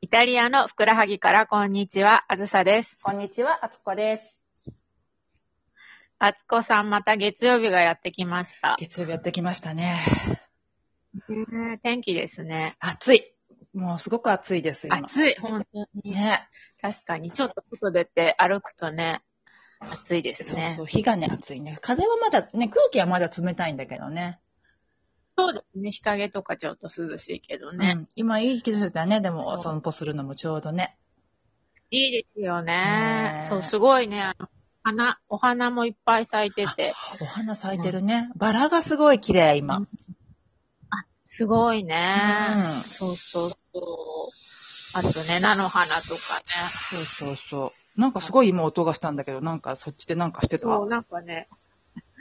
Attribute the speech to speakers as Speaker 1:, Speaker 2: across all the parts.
Speaker 1: イタリアのふくらはぎからこんにちは、あずさです。
Speaker 2: こんにちは、あつこです。
Speaker 1: あつこさん、また月曜日がやってきました。
Speaker 2: 月曜日やってきましたね。
Speaker 1: ねえ天気ですね。
Speaker 2: 暑い。もうすごく暑いです、今。
Speaker 1: 暑い、本当に。
Speaker 2: ね。
Speaker 1: 確かに、ちょっと外出て歩くとね、暑いです
Speaker 2: そう
Speaker 1: ね。
Speaker 2: そう、日がね、暑いね。風はまだ、ね、空気はまだ冷たいんだけどね。
Speaker 1: そうですね、日陰とかちょっと涼しいけどね。
Speaker 2: うん。今いい季節だね、でも、
Speaker 1: そう
Speaker 2: お散歩するのもちょうどね。
Speaker 1: いいですよ
Speaker 2: ね
Speaker 1: ね。
Speaker 2: え
Speaker 1: そう、すごいね、あの花、お花もいっぱい咲いてて、
Speaker 2: お花咲いてるね。バラがすごい綺麗、今。
Speaker 1: すごいね。
Speaker 2: うん
Speaker 1: そうそうそう。あとね、菜の花とかね。
Speaker 2: そうそうそう。なんかすごい今音がしたんだけど、なんかそっちでなんかしてた。
Speaker 1: そう、なんかね、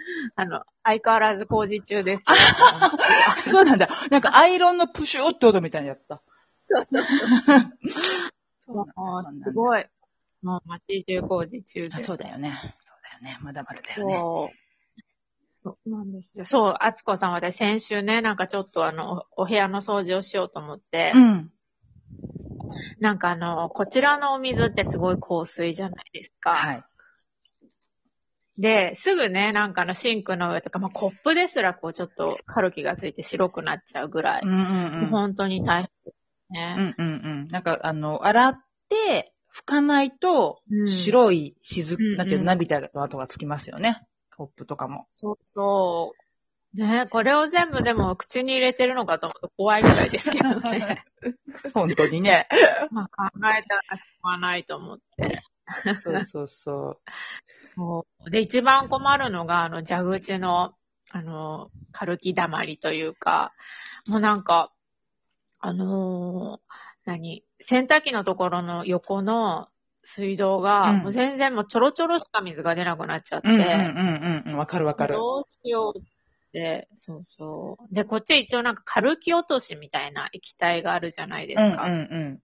Speaker 1: あの、相変わらず工事中 です。
Speaker 2: そうなんだ。なんかアイロンのプシューって音みたいにやった。
Speaker 1: そうそう
Speaker 2: そう
Speaker 1: あ
Speaker 2: なん
Speaker 1: ー
Speaker 2: だ
Speaker 1: すごい。もう街中工事中
Speaker 2: あ
Speaker 1: で。
Speaker 2: そうだよね。そうだよね。まだまだだよね。
Speaker 1: そう。そうなんですよ。そう、あつこさん、私先週ね、なんかちょっとあの、おお部屋の掃除をしようと思って、
Speaker 2: うん。
Speaker 1: なんかあの、こちらのお水ってすごい香水じゃないですか。
Speaker 2: はい。
Speaker 1: で、すぐね、なんかあのシンクの上とか、まあ、コップですらこうちょっとカルキがついて白くなっちゃうぐらい。
Speaker 2: うんうん
Speaker 1: もう本当に大変ですね。
Speaker 2: うんうんうん。なんか、あの、洗って、拭かないと、
Speaker 1: うん
Speaker 2: 白い
Speaker 1: うんう
Speaker 2: 雫、
Speaker 1: ん
Speaker 2: なんていうの涙の跡がつきますよね。コップとかも。
Speaker 1: そうそう。ねこれを全部でも口に入れてるのかと思うと怖いぐらいですけど ね。
Speaker 2: 本当にね。
Speaker 1: まあ考えたらしょうがないと思って。
Speaker 2: そうそうそ
Speaker 1: そうで、一番困るのが、あの、蛇口の、あの、カルキ溜まりというか、もうなんか、あのー何、洗濯機のところの横の水道が、
Speaker 2: うん
Speaker 1: もう全然もうちょろちょろしか水が出なくなっちゃって、
Speaker 2: う。うんうんうんうん。わかるわかる。
Speaker 1: どうしようって、そうそう。で、こっちは一応なんかカルキ落としみたいな液体があるじゃないです
Speaker 2: うんうん
Speaker 1: か。
Speaker 2: うん。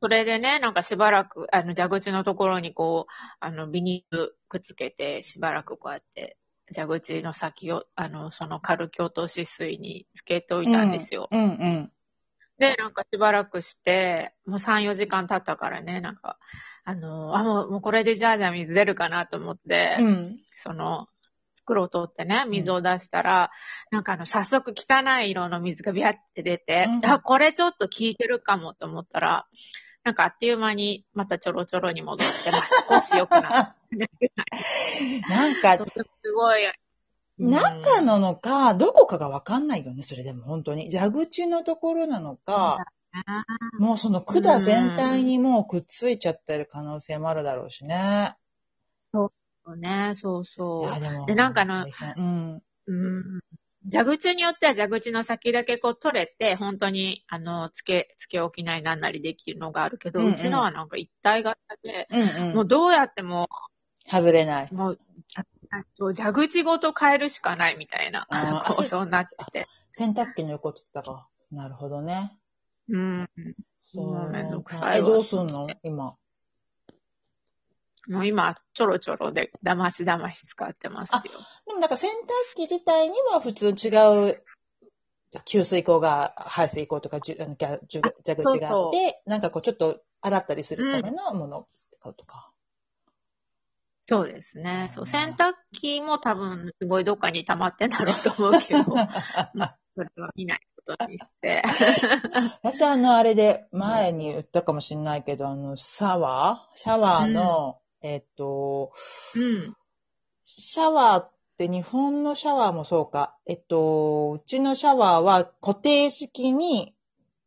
Speaker 1: それでね、なんかしばらく、あの、蛇口のところにこう、あの、ビニールくっつけて、しばらくこうやって、蛇口の先を、あの、そのカルキ落とし水につけておいたんですよ。
Speaker 2: うんうん。
Speaker 1: で、なんかしばらくして、もう3、4時間経ったからね、なんか、あの、あ、もう、もうこれでじゃあじゃあ水出るかなと思って、
Speaker 2: うん。
Speaker 1: その、袋を取ってね、水を出したら、なんかあの、早速汚い色の水がビャって出て、
Speaker 2: うん
Speaker 1: あ、これちょっと効いてるかもと思ったら、なんかあっという間にまたちょろちょろに戻って、ま あ、少し良くなっ
Speaker 2: あなん
Speaker 1: た。
Speaker 2: か
Speaker 1: と、てもすごい。うん
Speaker 2: 中なのか、どこかがわかんないよね、それでも本当に。蛇口のところなのか、もうその管全体にもうくっついちゃってる可能性もあるだろうしね。
Speaker 1: ね、そうそ
Speaker 2: いうや。でも
Speaker 1: でなんかあの
Speaker 2: 大変うん。
Speaker 1: うん蛇口によっては蛇口の先だけこう取れて、本当に、あの、つけ、つけ置きなりなんなりできるのがあるけど、
Speaker 2: う
Speaker 1: うん
Speaker 2: うん
Speaker 1: ちのはなんか一体型で、
Speaker 2: うん
Speaker 1: も
Speaker 2: う。
Speaker 1: うんどうやっても
Speaker 2: 外れない。
Speaker 1: もう、ああそう蛇口ごと変えるしかないみたいな
Speaker 2: あー、
Speaker 1: 構
Speaker 2: あそ
Speaker 1: 想になってて。
Speaker 2: 洗濯機の横っつったか。なるほどね。
Speaker 1: うん。
Speaker 2: そう
Speaker 1: も
Speaker 2: な
Speaker 1: うん
Speaker 2: だ。
Speaker 1: めんどくさい
Speaker 2: え、
Speaker 1: わ
Speaker 2: どうすんの今。
Speaker 1: もう今、ちょろちょろで、だましだまし使ってますよ。
Speaker 2: でもなんか洗濯機自体には普通違う、給水口が、排水口とかじゅあのぎゃじゅ蛇口が
Speaker 1: そ
Speaker 2: あ
Speaker 1: うそ
Speaker 2: って、なんかこうちょっと洗ったりするためのものとか。
Speaker 1: そうですね。そう。
Speaker 2: うん
Speaker 1: 洗濯機も多分、すごいどっかに溜まってんだろうと思うけ ど、それは見ないことにして。
Speaker 2: 私あの、あれで前に言ったかもしれないけど、あの、シャワーシャワーの、えっと、
Speaker 1: うん。
Speaker 2: シャワーって日本のシャワーもそうか。えっと、うちのシャワーは固定式に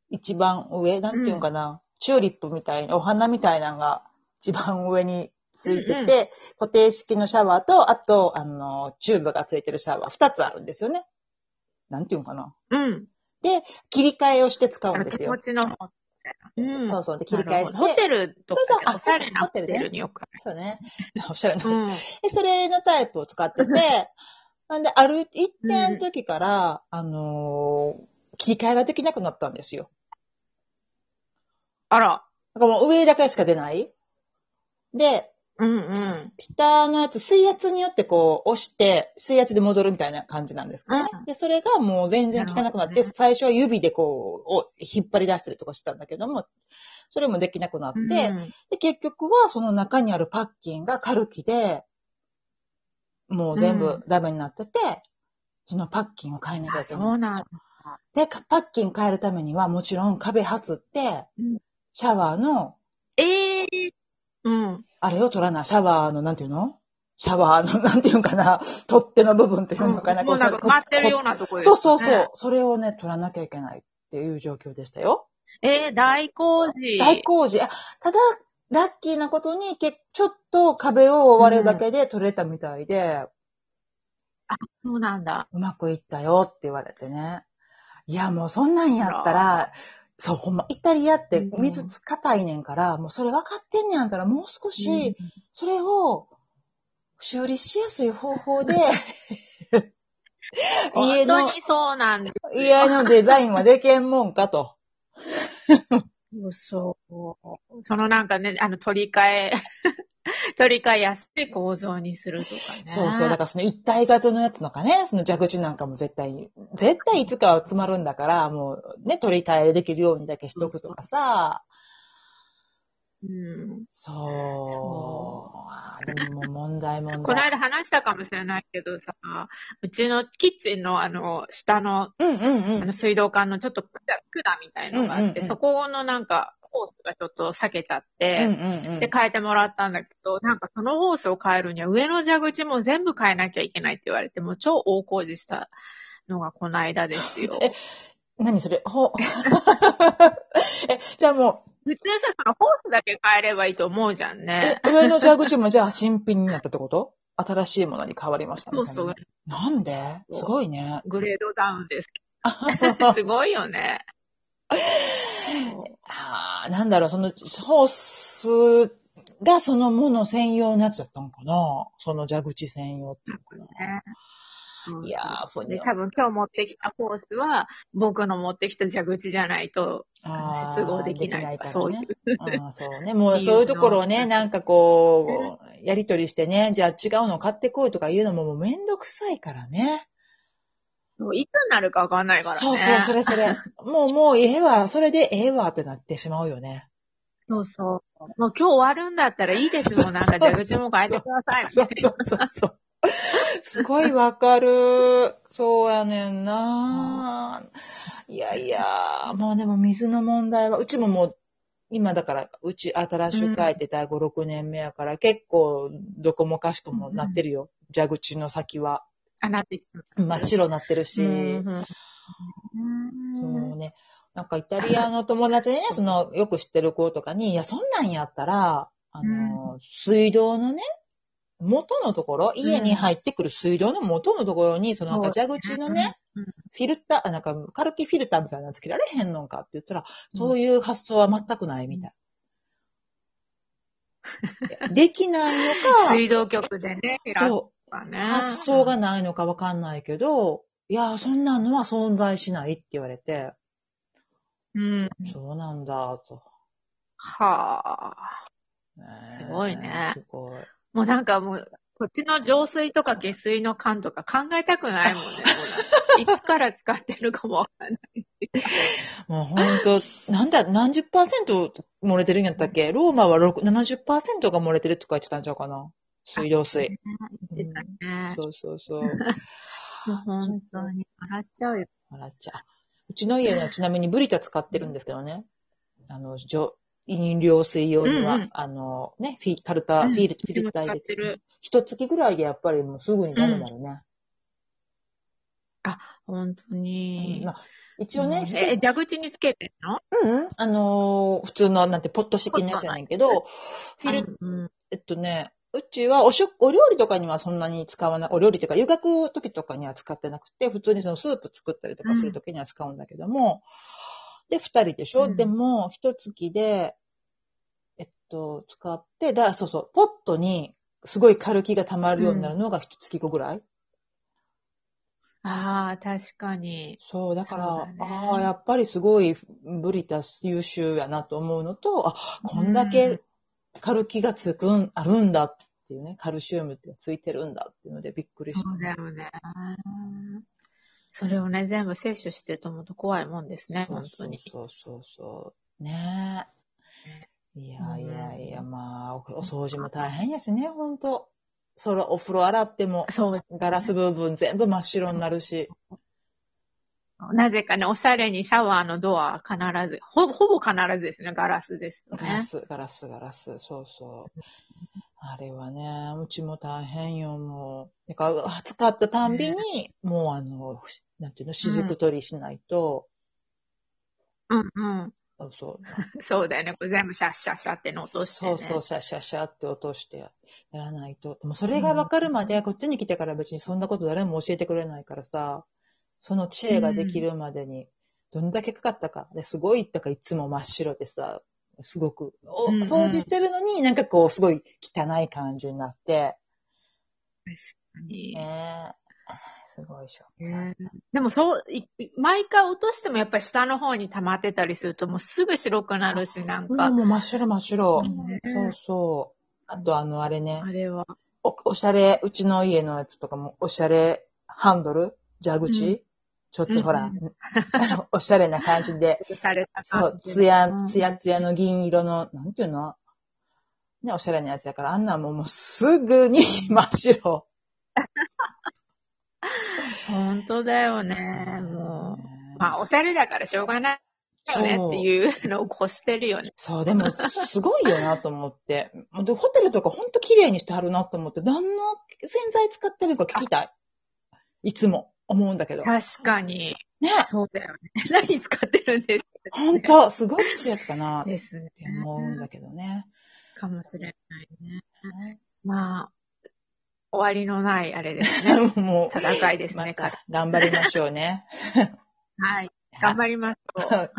Speaker 2: 一番上、なんていうのかな、チューリップみたいな、お花みたいなのが 一番上についてて、
Speaker 1: うんうん
Speaker 2: 固定式のシャワーと、あと、あの、チューブがついてるシャワー、二つあるんですよね。なんていうのかな。
Speaker 1: うん。
Speaker 2: 切り替えをして使
Speaker 1: あ
Speaker 2: うん
Speaker 1: の
Speaker 2: です
Speaker 1: 気
Speaker 2: よ
Speaker 1: 持。ちの方みたいな。うん。
Speaker 2: そうそう。で、切り替えして。
Speaker 1: なるほどホテルと
Speaker 2: そうそう
Speaker 1: か
Speaker 2: あ
Speaker 1: で、おしゃれな
Speaker 2: ホ
Speaker 1: ホ
Speaker 2: テルね
Speaker 1: テルによくあ
Speaker 2: そうね。おしゃれな
Speaker 1: る。うん。
Speaker 2: で、それのタイプを使って て、なんで、ある一定の時から、あのー切り替えができなくなったんですよ。
Speaker 1: あら。
Speaker 2: だからもう上だけしか出ない。で、
Speaker 1: うんうん。
Speaker 2: 下のやつ、水圧によってこう、押して、水圧で戻るみたいな感じなんですかね。
Speaker 1: うん
Speaker 2: で、それがもう全然効かなくなっ
Speaker 1: なる
Speaker 2: て、
Speaker 1: ほどね
Speaker 2: 最初は指でこう、お引っ張り出したりとかしてたんだけども、それもできなくなって、
Speaker 1: うん
Speaker 2: で、結局はその中にあるパッキンがカルキで、もう全
Speaker 1: う
Speaker 2: 部
Speaker 1: ん
Speaker 2: ダメになってて、そのパッキンを変えなきゃ
Speaker 1: あ
Speaker 2: いけ
Speaker 1: そ
Speaker 2: な
Speaker 1: う
Speaker 2: い。
Speaker 1: なんだ。
Speaker 2: で、かパッキン変えるためにはもちろん壁発って
Speaker 1: うん、
Speaker 2: シャワーの、
Speaker 1: ええうん。
Speaker 2: あれを取らない、シャワーの、なんていうのシャワーの、 なんていうのかな、取っ手の部分っていうのかな、
Speaker 1: もうなんか
Speaker 2: こ
Speaker 1: 待ってるようなところ
Speaker 2: そうそうそう。。それをね、取らなきゃいけないっていう状況でしたよ。
Speaker 1: えー、大工事。
Speaker 2: 大工事。あただ、ラッキーなことに、けちょっと壁を覆われるだけで取れたみたいで、
Speaker 1: そうなんだ。
Speaker 2: うまくいったよって言われてね。いや、もうそんなんやったら、そう、ほんま、イタリアって水つかたいねんから、もうそれ分かってんねやんから、もう少し、それを修理しやすい方 法で、
Speaker 1: うん
Speaker 2: 家の
Speaker 1: 本当、にそうなんだ。
Speaker 2: 家のデザインはでけんもんかと。
Speaker 1: そう。そのなんかね、あの、取り替え、 取り替えやすい構造にするとかね。
Speaker 2: そうそう。だからその一体型のやつとかね、その蛇口なんかも絶対、絶対いつかは詰まるんだから、もうね、取り替えできるようにだけしとくとかさ。
Speaker 1: うん。
Speaker 2: そ。
Speaker 1: そう
Speaker 2: でももう問題問題。
Speaker 1: この間話したかもしれないけどさ、うちのキッチンのあの、下の
Speaker 2: うんうんう
Speaker 1: あ
Speaker 2: ん
Speaker 1: の。水道管のちょっと管管みたいのがあって、
Speaker 2: うんうんうん
Speaker 1: そこのなんかホースがちょっと裂けちゃって、
Speaker 2: うんうん
Speaker 1: で、変えてもらったんだけど、なんかそのホースを変えるには上の蛇口も全部変えなきゃいけないって言われて、もう超大工事したのがこの間ですよ。
Speaker 2: え何それ ほ、え、じゃあも
Speaker 1: 普通さ、そのホースだけ変えればいいと思うじゃん
Speaker 2: う、
Speaker 1: ね
Speaker 2: え。上の蛇口もじゃあ新品になったってこと新しいものに変わりましたね
Speaker 1: そうそう、
Speaker 2: なんですごいね。
Speaker 1: グレードダウンですけど。すごいよね。そう
Speaker 2: ああ、なんだろう、その、ホースがそのもの専用のやつだったのかなその蛇口専用っていうのか
Speaker 1: ねそうそう
Speaker 2: な。いやー、ふに
Speaker 1: で、
Speaker 2: ゃ
Speaker 1: 多分今日持ってきたホースは、僕の持ってきた蛇口じゃないと、
Speaker 2: あー
Speaker 1: 接合できないとか、そういう。
Speaker 2: あーそうね。も
Speaker 1: っ
Speaker 2: う
Speaker 1: ていうの
Speaker 2: そういうところをね、なんかこう、やりとりしてね、じゃあ違うの買ってこいとか言うのももうめんどくさいからね。
Speaker 1: そういつになるかわかんないからね。
Speaker 2: そうそう、それそれ。もうもうええわ、それでええわってなってしまうよね。
Speaker 1: そうそうもう今日終わるんだったらいいですもん。なんか蛇口も変えてください。
Speaker 2: そうそうそうそう。すごいわかる。そうやねんな。いやいや、もうでも水の問題は、うちももう、今だから、うち新しく書いてた5、6年目やから、結構どこもかしこもなってるよ。蛇口の先は。
Speaker 1: あ、なってきた。
Speaker 2: 真っ白なってるし。
Speaker 1: うん
Speaker 2: そうね。なんかイタリアの友達でね、その、よく知ってる子とかに、いや、そんなんやったら、あの、水道のね、元のところ、家に入ってくる水道の元のところに、その、なんか蛇口のね、
Speaker 1: うん
Speaker 2: フィルター、あなんか、カルキフィルターみたいなのつけられへんのんかって言ったら、そういう発想は全くないみたい。いやできないの
Speaker 1: 水道局でね、
Speaker 2: か、そう、
Speaker 1: う、ね、
Speaker 2: 発想がないのかわかんないけど、いや、そんなのは存在しないって言われて、
Speaker 1: うん。
Speaker 2: そうなんだ、と。
Speaker 1: はあ。
Speaker 2: ね
Speaker 1: すごいね
Speaker 2: すごい。
Speaker 1: もうなんかもう、こっちの浄水とか下水の管とか考えたくないも んね。もうなんかいつから使ってるかもわかんない。
Speaker 2: も う本当なんだ、何十パーセント漏れてるんやったっけローマは6 70%が漏れてるとか言ってたんちゃうかな水道水。
Speaker 1: 言ってたね。
Speaker 2: そうそうそう。
Speaker 1: も う本当に笑っちゃうよ。
Speaker 2: 笑っちゃう。うちの家はちなみにブリタ使ってるんですけどね。あの、じょ飲料水用には、
Speaker 1: うんうん
Speaker 2: あの、ね、フィカルタ、フィルフィルター
Speaker 1: 使
Speaker 2: 入れ。
Speaker 1: っててる。
Speaker 2: 一月ぐらいでやっぱりもうすぐにダメだろうね。
Speaker 1: 本当に。
Speaker 2: うんまあ、一応ね、
Speaker 1: え、蛇口につけてんの
Speaker 2: うん、あのー普通の、なんて、ポット式のやつやねんけど、フィル、
Speaker 1: うん
Speaker 2: えっとね、うちはおしょ、お料理とかにはそんなに使わない、お料理というか、湯がく時とかには使ってなくて、普通にそのスープ作ったりとかする時には使うんだけども、で、二人でしょ、
Speaker 1: うん
Speaker 2: でも、一月で、えっと、使って、だからそうそう、ポットに、すごい軽気が溜まるようになるのが一月後ぐらい、
Speaker 1: ああ、確かに。
Speaker 2: そう、だから、
Speaker 1: そうだね
Speaker 2: ああ、やっぱりすごいブリタ優秀やなと思うのと、あ、こんだけカルキがつくん、あるんだっていうね、カルシウムってついてるんだっていうのでびっくりし
Speaker 1: そうだ
Speaker 2: た。
Speaker 1: よね。それをね、全部摂取してると思うと怖いもんですね、本当に。
Speaker 2: そうそうそう。ねえ。いやいやいや、まあ、おお掃除も大変やしね、ほんと。そら、お風呂洗っても、
Speaker 1: そう
Speaker 2: ガラス部分全部真っ白になるし。
Speaker 1: なぜかね、おしゃれにシャワーのドア必ず、ほほぼ必ずですね、ガラスですよ
Speaker 2: ガラ
Speaker 1: ね。
Speaker 2: ス、ガラス、ガラス、そうそう。あれはね、うちも大変よ、もう。だから、使ったたんびに、もうあの、ふしなんていうの、雫取りしないと、
Speaker 1: うんうん。
Speaker 2: あそう、
Speaker 1: そうだよね。これ全部シャッシャッシャッっての落として、ね。
Speaker 2: そうそう、シャシャシャって落としてやらないと。でもそれが分かるまで、こっちに来てから別にそんなこと誰も教えてくれないからさ、その知恵ができるまでに、どんだけかかったか。で、すごい、だからいつも真っ白でさ、すごく、お
Speaker 1: うんうん
Speaker 2: 掃除してるのになんかこう、すごい汚い感じになって、
Speaker 1: 確かに。
Speaker 2: ねえすごいショックだ
Speaker 1: ねでもそう、い毎回落としてもやっぱり下の方に溜まってたりするともうすぐ白くなるし、なん
Speaker 2: うん
Speaker 1: か、
Speaker 2: もう真っ白真っ白。
Speaker 1: ね
Speaker 2: そうそう。あとあの、あれね。
Speaker 1: あれは。
Speaker 2: お、おしゃれ、うちの家のやつとかも、おしゃれハンドル蛇口、
Speaker 1: うん
Speaker 2: ちょっとほら、
Speaker 1: うん
Speaker 2: おしゃれな感じ で、
Speaker 1: おしゃれな
Speaker 2: そ
Speaker 1: 感
Speaker 2: う、
Speaker 1: じ
Speaker 2: つや
Speaker 1: う、ん
Speaker 2: つやつやの銀色の、なんていうのね、おしゃれなやつだから、あんなんもうもうすぐに真っ白。
Speaker 1: 本当だよね。もう。まあ、おしゃれだからしょうがないよね
Speaker 2: そう
Speaker 1: っていうのを越してるよね。
Speaker 2: そう、でも、すごいよなと思って。 でホテルとかほんと綺麗にしてはるなと思って、何の洗剤使ってるか聞きたい。いつも思うんだけど。ね、
Speaker 1: 確かに。そうだよね。 何使ってるんですか
Speaker 2: ほんと、すごい強いやつかなって
Speaker 1: ですね。
Speaker 2: 思うんだけどね。
Speaker 1: かもしれないね。まあ、終わりのないあれです ね。
Speaker 2: もう、
Speaker 1: 戦いです
Speaker 2: ま
Speaker 1: ね、彼
Speaker 2: た頑張りましょうね。
Speaker 1: はい。頑張ります。
Speaker 2: はい